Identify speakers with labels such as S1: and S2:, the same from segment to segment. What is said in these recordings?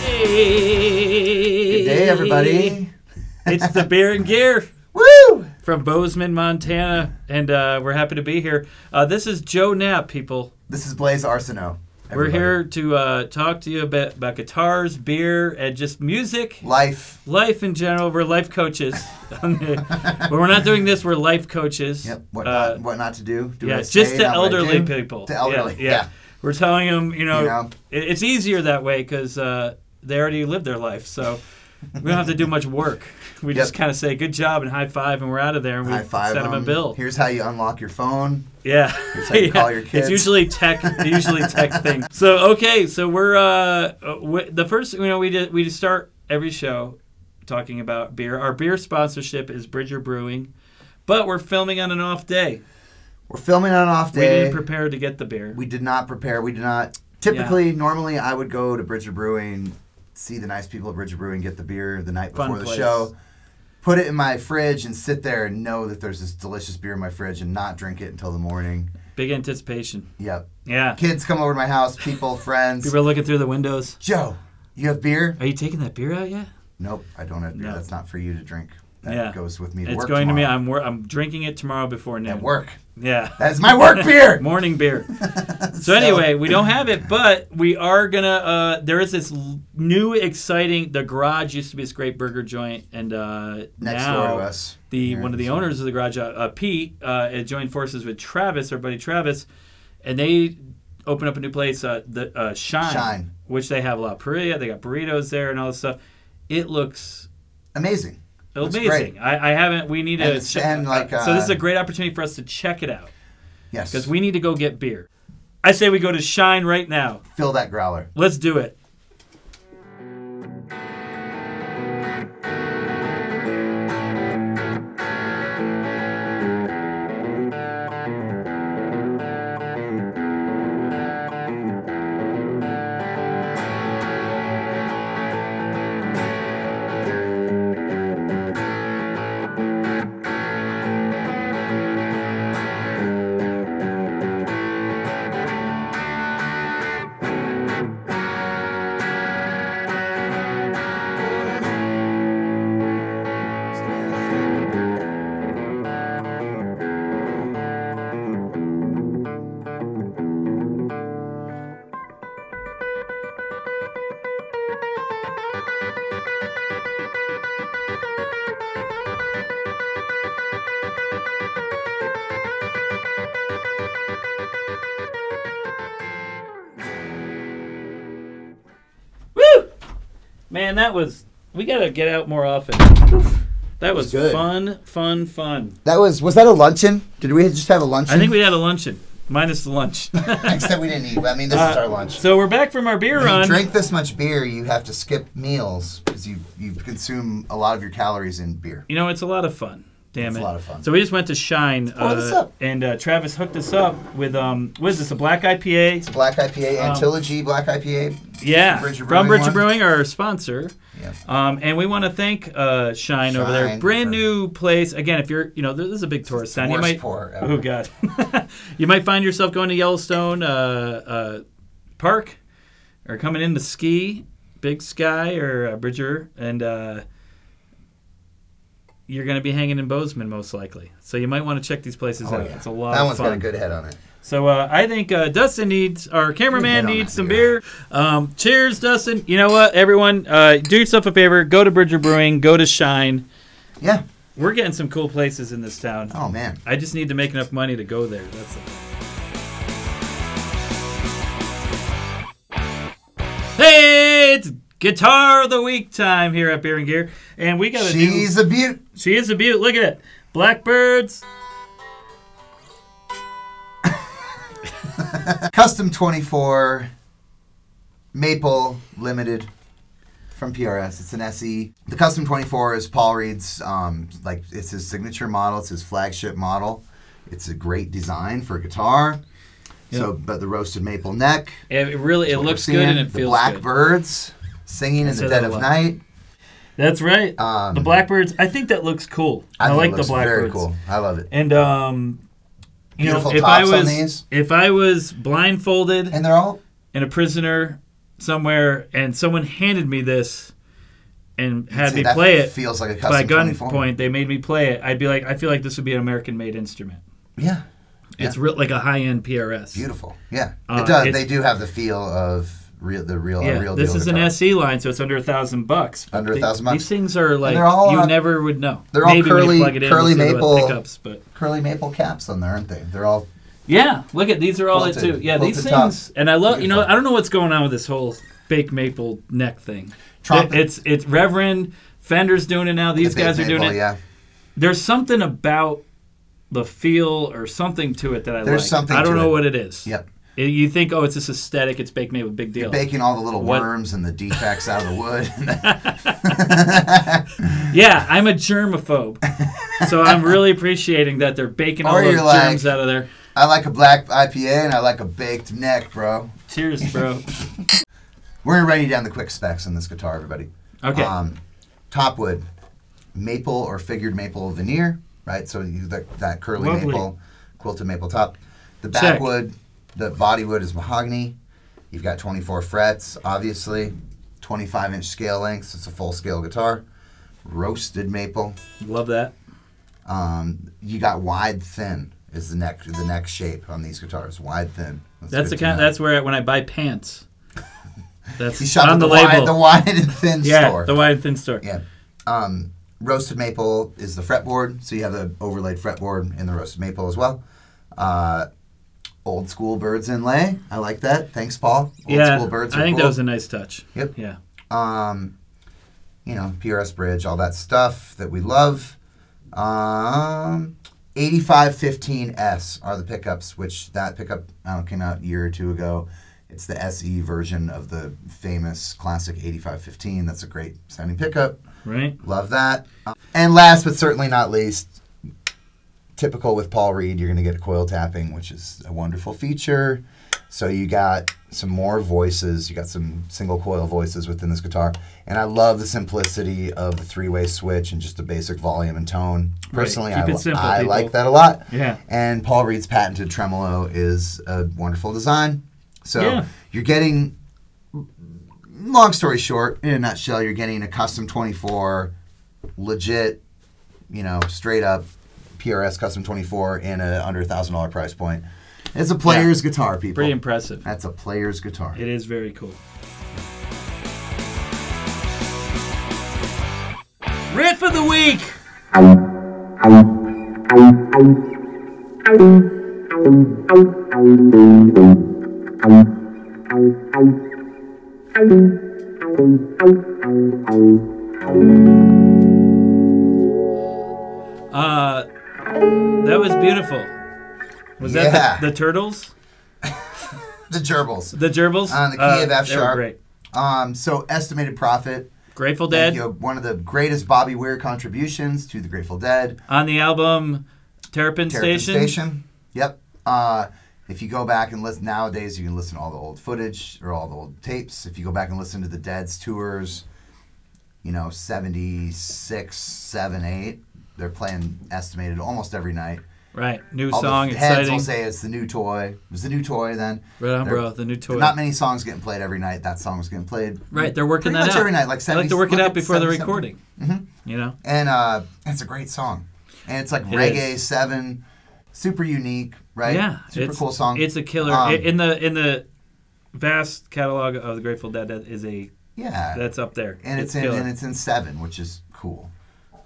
S1: Hey!
S2: Good day, everybody.
S1: It's the Bear and Gear
S2: Woo!
S1: from Bozeman, Montana, and uh, we're happy to be here. Uh, this is Joe Knapp, people.
S2: This is Blaze Arsenault. everybody.
S1: We're here to uh, talk to you about, about guitars, beer, and just music,
S2: Life.
S1: life in general. We're life coaches. but we're not doing this, we're life coaches.
S2: Yep. What,
S1: Uh,
S2: not, what not to do. do
S1: yeah,
S2: what I say,
S1: just to
S2: not what I
S1: elderly
S2: do.
S1: people.
S2: To elderly.
S1: Yeah, yeah. We're telling them, you know,
S2: You know.
S1: It, it's easier that way because uh, they already lived their life, so we don't have to do much work. We
S2: Yep.
S1: just kind of say good job and high five, and we're out of there, and we
S2: High five.
S1: send them a
S2: 'em.
S1: bill.
S2: Here's how you unlock your phone.
S1: Yeah.
S2: It's like, call your
S1: It's
S2: kids.
S1: usually tech. usually tech thing. So okay, so we're uh, uh, w- the first. You know, we did we just start every show talking about beer. Our beer sponsorship is Bridger Brewing, but we're filming on an off day.
S2: We're filming on an off
S1: We
S2: day.
S1: didn't prepare to get the beer.
S2: We did not prepare. We did not. Typically, normally I would go to Bridger Brewing, see the nice people at Bridger Brewing, get the beer the night
S1: Fun
S2: before the
S1: place.
S2: show, put it in my fridge, and sit there and know that there's this delicious beer in my fridge and not drink it until the morning.
S1: Big anticipation.
S2: Yep.
S1: Yeah.
S2: Kids come over to my house, people, friends.
S1: People are looking through the windows.
S2: Joe, you have beer?
S1: Are you taking that beer out yet?
S2: Nope, I don't have beer.
S1: No.
S2: That's not for you to drink. That
S1: Yeah.
S2: goes with me to
S1: It's
S2: work.
S1: going to me.
S2: tomorrow.
S1: I'm wor- I'm drinking it tomorrow before noon.
S2: at work.
S1: Yeah.
S2: That's my work beer.
S1: Morning beer. so anyway, we don't have it, but we are gonna. Uh, there is this l- new exciting. The Garage used to be this great burger joint, and uh,
S2: Next
S1: now
S2: door to us.
S1: the
S2: Here
S1: one of the
S2: is-
S1: owners of the Garage, uh, uh, Pete, uh, had joined forces with Travis, our buddy Travis, and they opened up a new place, uh, the uh, Shine,
S2: Shine.
S1: which they have La Paria. They got burritos there and all this stuff. It looks
S2: Amazing. Looks
S1: Amazing. I, I haven't. We need
S2: And
S1: to.
S2: it's-
S1: check-
S2: and like,
S1: so this is
S2: uh,
S1: a great opportunity for us to check it out
S2: Yes.
S1: because we need to go get beer. I say we go to Shine right now.
S2: Fill that growler.
S1: Let's do it. Woo! Man, that was. We gotta get out more often. That was
S2: good.
S1: fun, fun, fun.
S2: That was was that a luncheon? Did we just have a luncheon?
S1: I think we had a luncheon, minus the lunch.
S2: Except we didn't eat. I mean, this is
S1: Uh,
S2: our lunch.
S1: so we're back from our beer
S2: If you
S1: run.
S2: drink this much beer, you have to skip meals because you you consume a lot of your calories in beer.
S1: You know, it's a lot of fun. Damn
S2: It's
S1: it.
S2: a lot of fun.
S1: So we just went to Shine.
S2: pour this up.
S1: And uh, Travis hooked us up with um, what is this? A black IPA?
S2: Black IPA,
S1: Um,
S2: Antilogy Black IPA.
S1: Yeah,
S2: Bridger
S1: from
S2: Brewing
S1: Bridger
S2: one.
S1: Brewing, our sponsor.
S2: Yeah.
S1: Um, and we want to thank uh, Shine, over there.
S2: Shine
S1: Brand
S2: for-
S1: new place. Again, if you're, you know, this is a big tourist town. You
S2: Worst
S1: might,
S2: pour ever.
S1: oh god, you might find yourself going to Yellowstone uh, uh, Park, or coming in to ski Big Sky or uh, Bridger, and uh, you're going to be hanging in Bozeman most likely. So you might want to check these places
S2: Oh,
S1: out.
S2: yeah.
S1: It's a lot
S2: that
S1: of
S2: one's
S1: fun.
S2: got a good head on it.
S1: So uh, I think uh, Dustin needs our cameraman
S2: Hit on
S1: needs
S2: that
S1: some
S2: beer.
S1: beer. Um, cheers, Dustin. You know what, everyone, uh, do yourself a favor. Go to Bridger Brewing. Go to Shine.
S2: Yeah.
S1: We're getting some cool places in this town.
S2: Oh man.
S1: I just need to make enough money to go there. That's it. Hey, it's Guitar of the Week time here at Beer and Gear, and we got a new.
S2: She's a beaut.
S1: She is a beaut. Look at it. Blackbirds.
S2: Custom 24 Maple Limited from PRS. It's an SE. The Custom 24 is Paul Reed's, um, like, it's his signature model, it's his flagship model. It's a great design for a guitar. So, but the roasted maple neck.
S1: It really it
S2: what we're
S1: looks good and
S2: seeing.
S1: it feels
S2: The
S1: good.
S2: blackbirds singing in the
S1: says
S2: dead
S1: a
S2: of
S1: lot.
S2: night.
S1: That's right.
S2: Um,
S1: the blackbirds. I think that looks cool. I,
S2: think it
S1: like the
S2: looks Very
S1: blackbirds.
S2: cool. I love it.
S1: And um, you know,
S2: Beautiful
S1: if I
S2: tops on
S1: was
S2: these.
S1: if I was blindfolded
S2: And they're all
S1: and a prisoner somewhere, and someone handed me this and had
S2: See,
S1: me
S2: that
S1: play it
S2: Feels like a
S1: by
S2: custom 24.
S1: gunpoint. They made me play it. I'd be like, I feel like this would be an American-made instrument.
S2: Yeah,
S1: It's real, like a high-end PRS.
S2: beautiful. Yeah,
S1: Uh,
S2: it does.
S1: it's-
S2: They do have the feel of real, the real, a
S1: Yeah,
S2: real.
S1: this
S2: deal
S1: is an
S2: guitar.
S1: SE line, so it's under a thousand bucks. But
S2: Under a
S1: they-
S2: thousand bucks.
S1: These things are like
S2: they're all,
S1: you
S2: uh,
S1: never would know.
S2: they're all
S1: Maybe when you
S2: curly-
S1: plug it in,
S2: curly
S1: we'll see what
S2: maple-
S1: pickups, but
S2: curly maple caps on there, aren't they? They're all
S1: yeah, look at these are all it
S2: Quilted-
S1: too. Yeah, these
S2: quilted top.
S1: things, and I love you know
S2: Beautiful.
S1: I don't know what's going on with this whole baked maple neck thing.
S2: Trumpet.
S1: It- It's it's Reverend Fender's doing it now. These
S2: the big
S1: guys are doing
S2: maple,
S1: it.
S2: Yeah,
S1: There's something about the feel or something to it that I
S2: There's
S1: like.
S2: something
S1: I don't
S2: to
S1: know
S2: it.
S1: what it is.
S2: yep.
S1: It- you think oh it's this aesthetic, it's baked maple, big deal.
S2: Baking all the little
S1: What-
S2: worms and the defects out of the wood.
S1: Yeah, I'm a germaphobe. so I'm really appreciating that they're baking all
S2: Or
S1: those
S2: you're like-
S1: germs out of there.
S2: I like a black IPA and I like a baked neck, bro.
S1: Cheers, bro.
S2: We're gonna writing down the quick specs on this guitar, everybody.
S1: Okay.
S2: Um, top wood, maple or figured maple veneer, right? So you, that, that curly
S1: Lovely.
S2: maple, quilted maple top. The
S1: Check.
S2: back wood, the body wood is mahogany. You've got 24 frets, obviously. 25 inch scale lengths. It's a full scale guitar. Roasted maple.
S1: Love that.
S2: Um, you got wide thin is the neck the neck shape on these guitars. Wide thin.
S1: That's the
S2: good to
S1: kind
S2: know.
S1: that's where I, when I buy pants. That's
S2: you shop
S1: on
S2: at
S1: the,
S2: the,
S1: label.
S2: wide the wide and thin
S1: yeah,
S2: store.
S1: the wide and thin store.
S2: Yeah. Um, roasted maple is the fretboard, so you have the overlaid fretboard and the roasted maple as well. Uh, old school birds inlay, I like that. Thanks, Paul. Old
S1: Yeah,
S2: school birds.
S1: I
S2: are
S1: think
S2: cool.
S1: that was a nice touch.
S2: Yep.
S1: Yeah.
S2: um, you know, PRS bridge, all that stuff that we love. Um, 8515S are the pickups, which that pickup I don't know, came out a year or two ago. It's the SE version of the famous classic 8515. That's a great sounding pickup.
S1: Right?
S2: Love that. And last but certainly not least, typical with Paul Reed, you're going to get a coil tapping, which is a wonderful feature. So you got some more voices. You got some single coil voices within this guitar, and I love the simplicity of the three-way switch and just the basic volume and tone.
S1: Right.
S2: Personally,
S1: Keep
S2: I,
S1: it simple,
S2: I
S1: people.
S2: like that a lot.
S1: Yeah.
S2: And Paul Reed's patented tremolo is a wonderful design. So
S1: Yeah.
S2: you're getting, long story short, in a nutshell, you're getting a custom 24, legit, you know, straight up PRS custom 24 in a under a thousand dollar price point. It's a player's guitar, people.
S1: Pretty impressive.
S2: That's a player's guitar.
S1: It is very cool. Riff of the week. Uh, that was beautiful. Was that
S2: Yeah.
S1: the, the turtles?
S2: The gerbils.
S1: The gerbils?
S2: On the key
S1: Uh,
S2: of F
S1: they were
S2: sharp.
S1: Great.
S2: Um, so estimated profit.
S1: Grateful Dead
S2: Thank you. One of the greatest Bobby Weir contributions to the Grateful Dead.
S1: on the album Terrapin,
S2: Terrapin
S1: Station.
S2: Yep. Uh, if you go back and listen nowadays, you can listen to all the old footage or all the old tapes. If you go back and listen to the Dead's tours, you know, 76, 7, 8, they're playing estimated almost every night.
S1: Right. New
S2: All
S1: song,
S2: the heads
S1: exciting.
S2: will say it's the new toy. It was the new toy then.
S1: right on,
S2: They're-
S1: bro. The new toy.
S2: Not many songs getting played every night. That song was getting played.
S1: right. They're working
S2: Pretty
S1: that
S2: much
S1: out.
S2: every night, like
S1: I like
S2: 70
S1: to work it
S2: look
S1: out
S2: at
S1: before the
S2: 77.
S1: recording. You know?
S2: and uh, it's a great song. And it's like reggae
S1: is.
S2: seven, super unique, right?
S1: Yeah.
S2: super
S1: it's,
S2: cool song.
S1: It's a killer.
S2: Um,
S1: I- in the in the vast catalog of the Grateful Dead, that is a
S2: yeah,
S1: that's up there.
S2: and it's, in
S1: killer.
S2: and it's in seven, which is cool.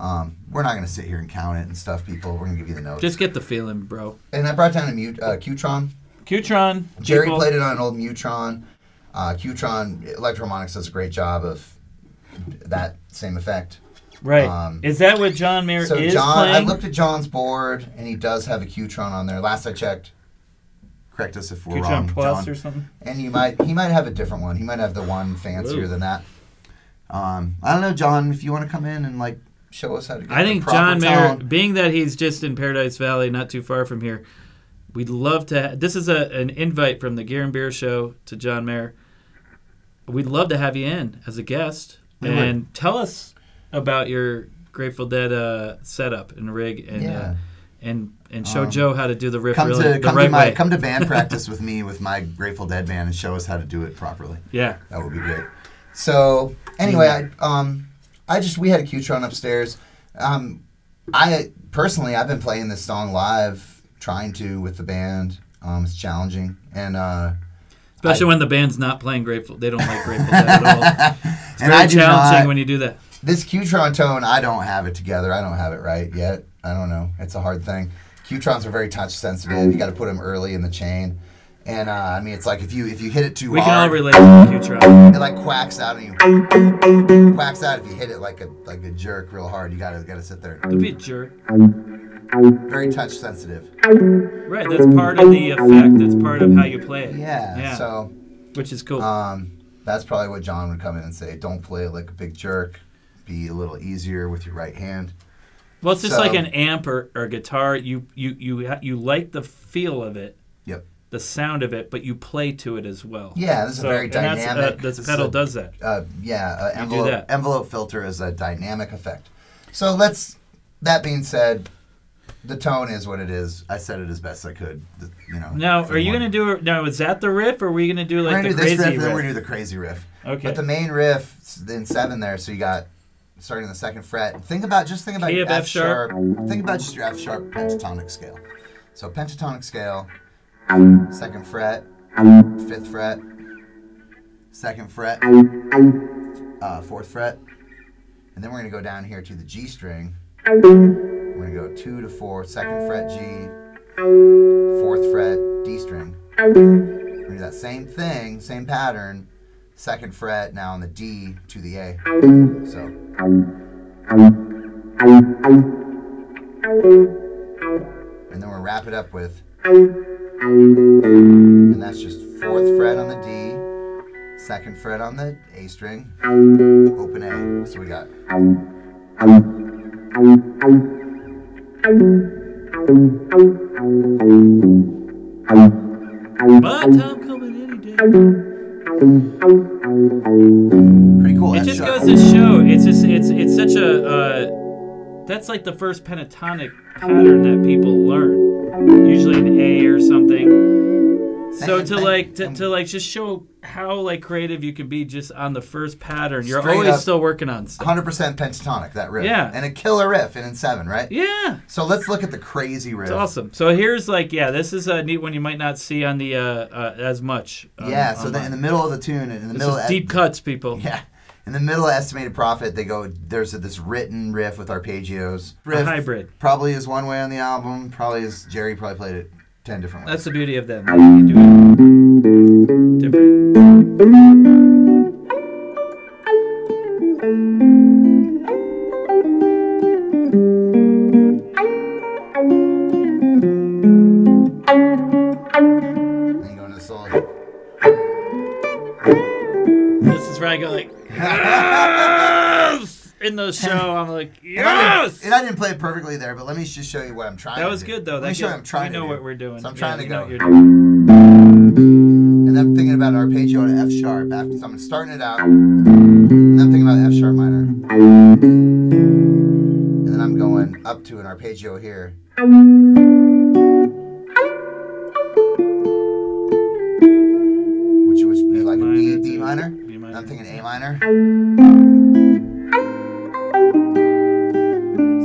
S2: Um, we're not gonna sit here and count it and stuff, people. We're gonna give you the notes.
S1: Just get the feeling, bro.
S2: and I brought down a mute uh, Qtron.
S1: Qtron.
S2: Jerry
S1: people.
S2: played it on an old Mutron. Uh, Qtron Electromonics does a great job of that same effect.
S1: Right.
S2: um,
S1: is that what John Mayer
S2: So
S1: is
S2: John,
S1: playing?
S2: I looked at John's board, and he does have a Qtron on there. Last I checked. Correct us if we're
S1: Qtron
S2: wrong,
S1: Plus
S2: John.
S1: or something.
S2: and you might he might have a different one. He might have the one fancier
S1: Whoa.
S2: than that. Um, I don't know, John. If you want to come in and like show us how to, get
S1: I think
S2: the proper
S1: John Mayer,
S2: tone.
S1: being that he's just in Paradise Valley, not too far from here, we'd love to. Ha- this is a, an invite from the Gear and Beer Show to John Mayer. We'd love to have you in as a guest
S2: We would.
S1: and tell us about your Grateful Dead uh, setup and rig and
S2: Yeah. Um,
S1: uh, and and show Joe how to do the riff
S2: Come
S1: really
S2: to
S1: the
S2: come
S1: right
S2: to my
S1: way.
S2: come to band practice with me with my Grateful Dead band and show us how to do it properly.
S1: yeah.
S2: That would be great. So anyway, I um I just we had a Qtron upstairs. Um, I personally I've been playing this song live, trying to with the band. Um, it's challenging and uh,
S1: Especially when the band's not playing Grateful. They don't like Grateful Dead at all. It's
S2: and
S1: very
S2: I do
S1: challenging
S2: not-
S1: when you do that.
S2: this Qtron tone, I don't have it together. I don't have it right yet. I don't know. It's a hard thing. Qtrons are very touch sensitive. You got to put them early in the chain, and uh, I mean it's like if you if you hit it too
S1: We can all
S2: hard,
S1: relate to Qtron.
S2: it like quacks out and you quacks out if you hit it like a like a jerk real hard. You gotta gotta sit there.
S1: Don't be a jerk.
S2: Very touch sensitive.
S1: Right, that's part of the effect. That's part of how you play it.
S2: Yeah. So
S1: which is cool.
S2: um, that's probably what John would come in and say. Don't play it like a big jerk. Be a little easier with your right hand.
S1: well, it's just
S2: so-
S1: like an amp or, or guitar. You you you ha- you like the feel of it,
S2: Yep.
S1: the sound of it, but you play to it as well.
S2: Yeah, this is
S1: So,
S2: very
S1: and
S2: dynamic.
S1: That's, uh,
S2: This
S1: this
S2: is
S1: pedal
S2: a-
S1: does that.
S2: uh, yeah, uh, envelope
S1: that.
S2: envelope filter is a dynamic effect. So let's. That being said, the tone is what it is. I said it as best I could. th- You know.
S1: Now,
S2: for
S1: are you
S2: one.
S1: gonna do? it- Now, is that the riff, or are we gonna do
S2: We're
S1: like
S2: gonna
S1: the
S2: do this
S1: crazy
S2: riff,
S1: riff?
S2: and then we're gonna do the crazy riff.
S1: Okay.
S2: But the main riff s- in seven there, so you got starting in the second fret. Think about just think about
S1: Key
S2: your
S1: of F
S2: F sharp. Think about just your F sharp pentatonic scale. So pentatonic scale, second fret, fifth fret, second fret, uh, fourth fret, and then we're gonna go down here to the G string. We're gonna go two to four, second fret G, fourth fret D string. We're gonna do that same thing, same pattern, second fret now on the D to the A. So. And then we'll wrap it up with. And that's just fourth fret on the D, second fret on the A string, open A. So we got.
S1: My time coming any day.
S2: Pretty cool.
S1: It
S2: F
S1: just
S2: sharp.
S1: goes to show. It's just it's it's such a uh, that's like the first pentatonic pattern that people learn. Usually an A or something. So
S2: And-
S1: to
S2: and-
S1: like to,
S2: and-
S1: to like just show how like creative you can be just on the first pattern. You're
S2: Straight
S1: always
S2: up.
S1: still working on stuff.
S2: 100% pentatonic, that riff.
S1: Yeah.
S2: And a killer riff in in seven, right?
S1: Yeah.
S2: So let's look at the crazy riff.
S1: It's awesome. So here's like yeah, this is a neat one you might not see on the uh, uh as much. um,
S2: Yeah, so then
S1: online.
S2: in the middle of the tune, in the
S1: this
S2: middle
S1: is
S2: of
S1: deep cuts, people.
S2: Yeah. In the middle of Estimated Profit, they go, there's this written riff with arpeggios. Riff
S1: hybrid.
S2: Probably is one way on the album. Probably is, Jerry probably played it 10 different ways.
S1: That's the beauty of them. They can do it different.
S2: And you go into the solo.
S1: This is where I go like yes! in the show. I'm like yes.
S2: And I didn't play it perfectly there, but let me just show you what I'm trying
S1: That
S2: to
S1: was
S2: do.
S1: good though.
S2: Let me
S1: That
S2: show you
S1: good.
S2: what I'm trying
S1: we
S2: to
S1: know
S2: do.
S1: what we're doing.
S2: So I'm
S1: Yeah,
S2: trying
S1: we
S2: to
S1: know
S2: go.
S1: what you're doing.
S2: And then I'm thinking about arpeggio on F sharp. After, so I'm starting it out. And then I'm thinking about F sharp minor. And then I'm going up to an arpeggio here. Which would be like a B,
S1: Minor
S2: B
S1: to
S2: minor.
S1: B minor.
S2: And I'm thinking A minor.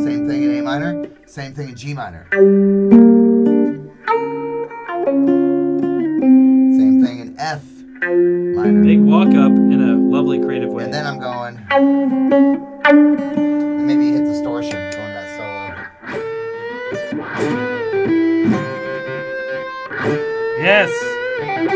S2: Same thing in A minor. Same thing in G minor. Same thing in F minor.
S1: Big walk up in a lovely creative way.
S2: And then I'm going. And maybe hit distortion going that solo.
S1: yes,
S2: And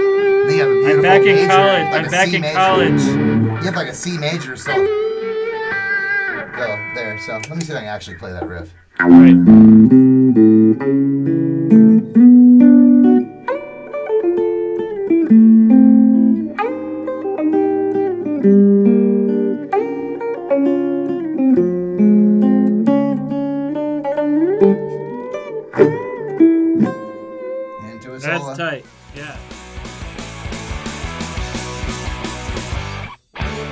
S2: then you have a
S1: I'm
S2: beautiful
S1: back
S2: major,
S1: in college.
S2: like a
S1: I'm back
S2: C
S1: in
S2: major.
S1: college.
S2: You have like a C major so Go there. So let me see if I can actually play that riff.
S1: Right.
S2: And do a
S1: That's
S2: solo.
S1: tight. Yeah.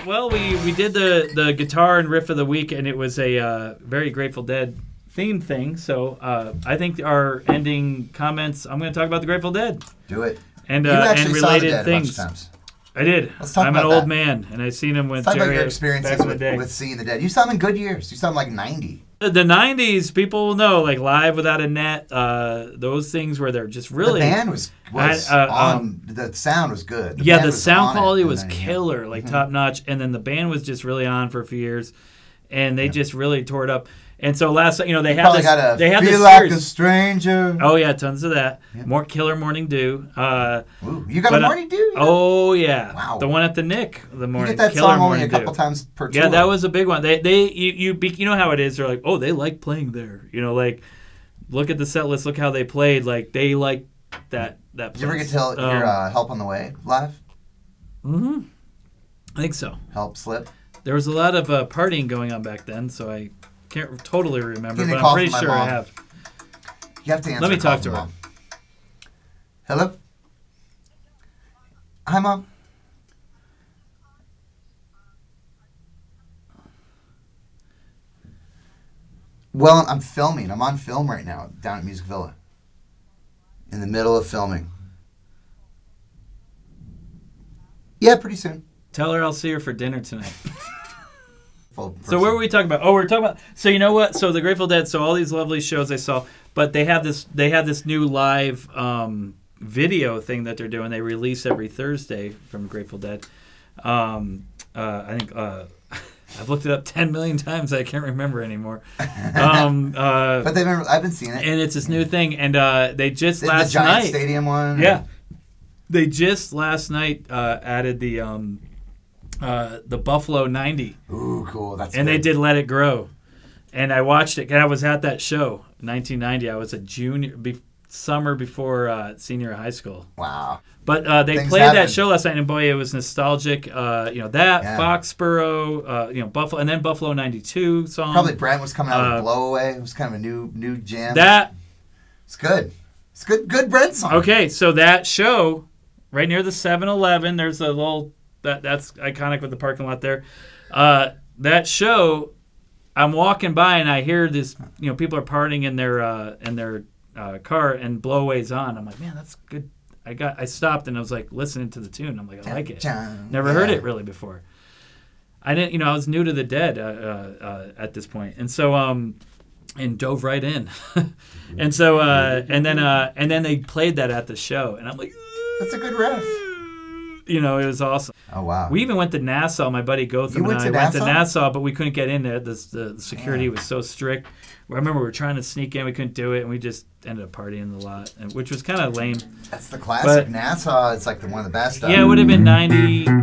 S1: Well, we, we did the, the guitar and riff of the week, and it was a uh, very Grateful Dead theme thing. So uh, I think our ending comments. I'm going to talk about the Grateful Dead
S2: Do it.
S1: and
S2: you
S1: uh, and
S2: actually saw the
S1: related
S2: dead
S1: things.
S2: a bunch of times.
S1: I did.
S2: Let's talk
S1: I'm
S2: about
S1: an old
S2: that.
S1: man, and I've seen him with
S2: Let's talk about
S1: Jerry
S2: your
S1: back
S2: experiences
S1: in the
S2: with,
S1: day.
S2: with seeing the dead. You saw them in good years. You saw them like ninety.
S1: The- the '90s, people know like Live Without a Net. Uh, those things where they're just really
S2: The band was was
S1: I- uh,
S2: on.
S1: um,
S2: the sound was good.
S1: yeah,
S2: band
S1: the
S2: was on
S1: sound
S2: it,
S1: quality
S2: and
S1: was
S2: then, yeah. Mm-hmm.
S1: killer, like top notch. And then the band was just really on for a few years, and they just really tore it up. And so last, you know, they had
S2: Probably
S1: this.
S2: got a
S1: they had
S2: feel
S1: this
S2: like a
S1: series.
S2: stranger.
S1: Oh yeah, tons of that. More Killer Morning Dew. Uh,
S2: Ooh, you got
S1: but,
S2: a
S1: uh,
S2: morning dew.
S1: oh yeah,
S2: Wow.
S1: the one at the Nick. The
S2: you
S1: morning
S2: get that
S1: Killer
S2: song only
S1: Morning
S2: a couple
S1: Dew.
S2: times per tour.
S1: Yeah, that was a big one. They they you you, be, you know how it is. They're like, oh, they like playing there. You know, like look at the set list. Look how they played. Like they like that that.
S2: Did you ever get
S1: place.
S2: to tell
S1: Um,
S2: your uh, help on the way live?
S1: mhm. I think so.
S2: Help slip.
S1: There was a lot of uh, partying going on back then, so I can't totally remember,
S2: Getting a
S1: but
S2: call
S1: I'm pretty
S2: from my
S1: sure I
S2: mom.
S1: have.
S2: You have to answer.
S1: me
S2: a call
S1: talk to
S2: from
S1: her.
S2: Mom. Hello. Hi, mom. Well, I'm filming. I'm on film right now down at Music Villa. In the middle of filming. Yeah, pretty soon.
S1: Tell her I'll see her for dinner tonight. So
S2: Full person.
S1: what were we talking about? Oh, we are talking about. So you know what? So the Grateful Dead. So all these lovely shows I saw, but they have this. They have this new live um, video thing that they're doing. They release every Thursday from Grateful Dead. Um, uh, I think uh, I've looked it up ten million times. I can't remember anymore. Um, uh,
S2: But they've been, I've been seeing it.
S1: and it's this new thing, and uh, they just
S2: Did the
S1: last
S2: Giant
S1: night.
S2: Stadium one.
S1: Yeah, they just last night uh, added the um, uh, the Buffalo '90,
S2: Ooh, cool. That's
S1: and they
S2: good.
S1: did "Let It Grow," and I watched it. 'cause I was at that show, 1990. I was a junior, be- summer before uh, senior high school.
S2: Wow.
S1: But uh, they
S2: Things
S1: played
S2: happen.
S1: that show last night, and boy, it was nostalgic. Uh, you know that
S2: Yeah.
S1: Foxborough, uh, you know Buffalo, and then Buffalo '92 song.
S2: Probably Brent was coming out
S1: uh,
S2: with Blow Away. It was kind of a new new jam.
S1: that
S2: It's good. It's good. Good Brent song.
S1: Okay, so that show right near the 7-Eleven, there's a little that that's iconic with the parking lot there. Uh, that show, I'm walking by and I hear this. You know, people are partying in their uh, in their uh, car and Blowaway's on. I'm like, man, that's good. I got I stopped and I was like listening to the tune. I'm like, I like it.
S2: Dun,
S1: Never heard
S2: yeah.
S1: it really before. I didn't, you know, I was new to the dead uh, uh, uh, at this point, and so um, and dove right in, and so uh, and then uh, and then they played that at the show, and I'm like,
S2: That's a good riff.
S1: you know, it was awesome.
S2: Oh wow.
S1: We even went to Nassau. My buddy Gotham
S2: You
S1: and
S2: went
S1: I
S2: to
S1: went to
S2: Nassau?
S1: Nassau, but we couldn't get in there. The, the, the security was so strict. I remember we were trying to sneak in, we couldn't do it, and we just ended up partying a lot, and, which was kind of lame.
S2: That's the classic
S1: but-
S2: Nassau. It's like the one of the best. um,
S1: Yeah, it
S2: Of.
S1: would have been 90. I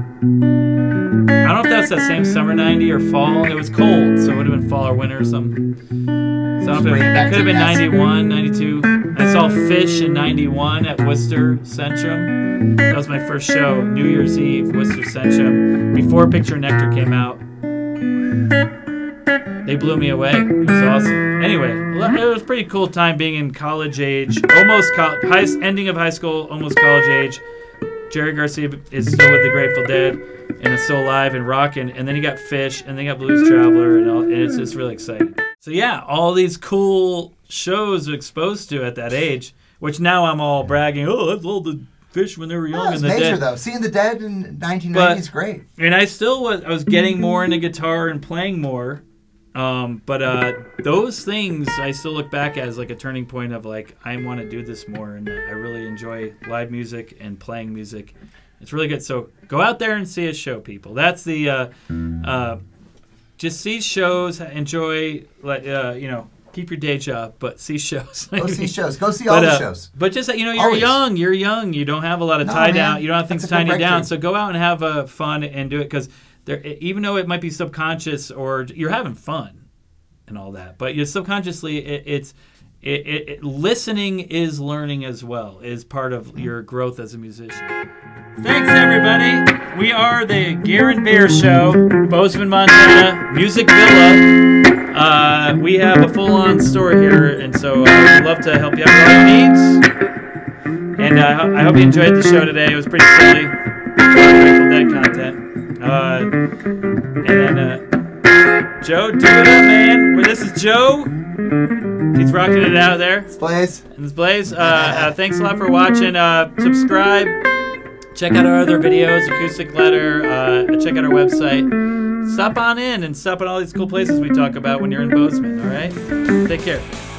S1: don't know if that's that same summer 90 or fall. It was cold, so it would have been fall or winter or something. So I don't know if
S2: Bring
S1: it,
S2: it back
S1: it could have
S2: to
S1: been
S2: Nassau.
S1: 91, 92. I saw Fish in 91 at Worcester Centrum. That was my first show, New Year's Eve, Worcester Centrum, before Picture Nectar came out. They blew me away. It was awesome. Anyway, it was a pretty cool time being in college age, almost col- high, ending of high school, almost college age. Jerry Garcia is still with the Grateful Dead and is still alive and rocking. And then you got Fish, and then you got Blues Traveler, and, all, and it's just really exciting. So yeah, all these cool shows exposed to at that age, which now I'm all bragging. Oh, I've all the Fish when they were young
S2: Oh,
S1: and
S2: it's
S1: the
S2: major
S1: Dead.
S2: though. Seeing the Dead in 1990 is great.
S1: And I still was I was getting more into guitar and playing more. Um, but uh, those things I still look back as like a turning point of like I want to do this more and I really enjoy live music and playing music. It's really good. So go out there and see a show, people. That's the uh, uh, just see shows, enjoy. Like uh, you know, keep your day job, but see shows.
S2: Go Oh, see shows. Go see all the
S1: uh,
S2: shows.
S1: But just that, you know, you're
S2: Always.
S1: young. You're young. You don't have a lot of
S2: No,
S1: tie
S2: man.
S1: down. You don't have
S2: That's
S1: things
S2: a good
S1: tying you down.
S2: breakthrough.
S1: So go out and have uh, fun and do it because there, e, even though it might be subconscious or you're having fun and all that, but you're subconsciously it, it's. It, it, it, listening is learning as well is part of your growth as a musician. Thanks everybody. We are the Gear and Beer Show, Bozeman, Montana, Music Villa. Uh, we have a full-on store here, and so uh, we'd love to help you out with all your needs. And uh, I hope you enjoyed the show today. It was pretty silly, Grateful Dead content. Uh, and then, uh, Joe, do it up, man. Well, this is Joe He's rocking it out there.
S2: Blaze.
S1: And this Blaze, uh, uh, thanks a lot for watching. Uh, subscribe. Check out our other videos, Acoustic Letter. Uh, check out our website. Stop on in and stop at all these cool places we talk about when you're in Bozeman, all right? Take care.